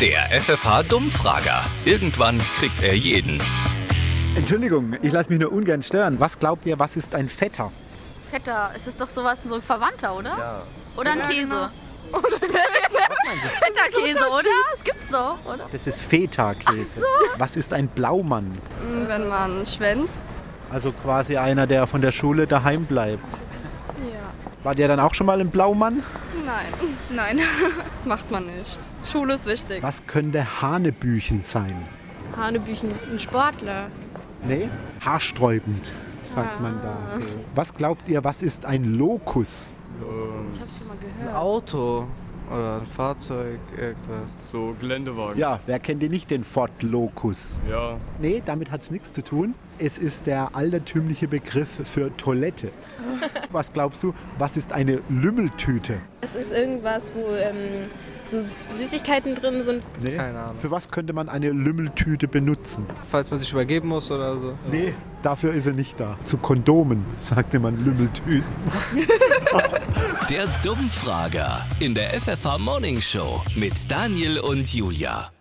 Der FFH-Dummfrager. Irgendwann kriegt er jeden. Entschuldigung, ich lasse mich nur ungern stören. Was glaubt ihr, was ist ein Vetter? Vetter, es ist doch sowas, so ein Verwandter, oder? Ja. Oder ein Käse. genau. Fetterkäse, oder? Es gibt's doch, oder? Das ist Feta-Käse. Was ist ein Blaumann? Wenn man schwänzt. Also quasi einer, der von der Schule daheim bleibt. Ja. War der dann auch schon mal ein Blaumann? Nein. Nein. Das macht man nicht. Schule ist wichtig. Was könnte Hanebüchen sein? Hanebüchen, ein Sportler. Nee? Haarsträubend, sagt man da. So. Was glaubt ihr, was ist ein Lokus? Ich hab's schon mal Ein gehört. Auto oder ein Fahrzeug, irgendwas. So Geländewagen. Ja, wer kennt denn nicht den Ford Locus? Ja. Nee, damit hat es nichts zu tun. Es ist der altertümliche Begriff für Toilette. Was glaubst du, was ist eine Lümmeltüte? Es ist irgendwas, wo ähm, so Süßigkeiten drin sind. Nee. Keine Ahnung. Für was könnte man eine Lümmeltüte benutzen? Falls man sich übergeben muss oder so. Nee, dafür ist er nicht da. Zu Kondomen, sagte man Lümmeltüten. Der Dummfrager in der FFH Morning Show mit Daniel und Julia.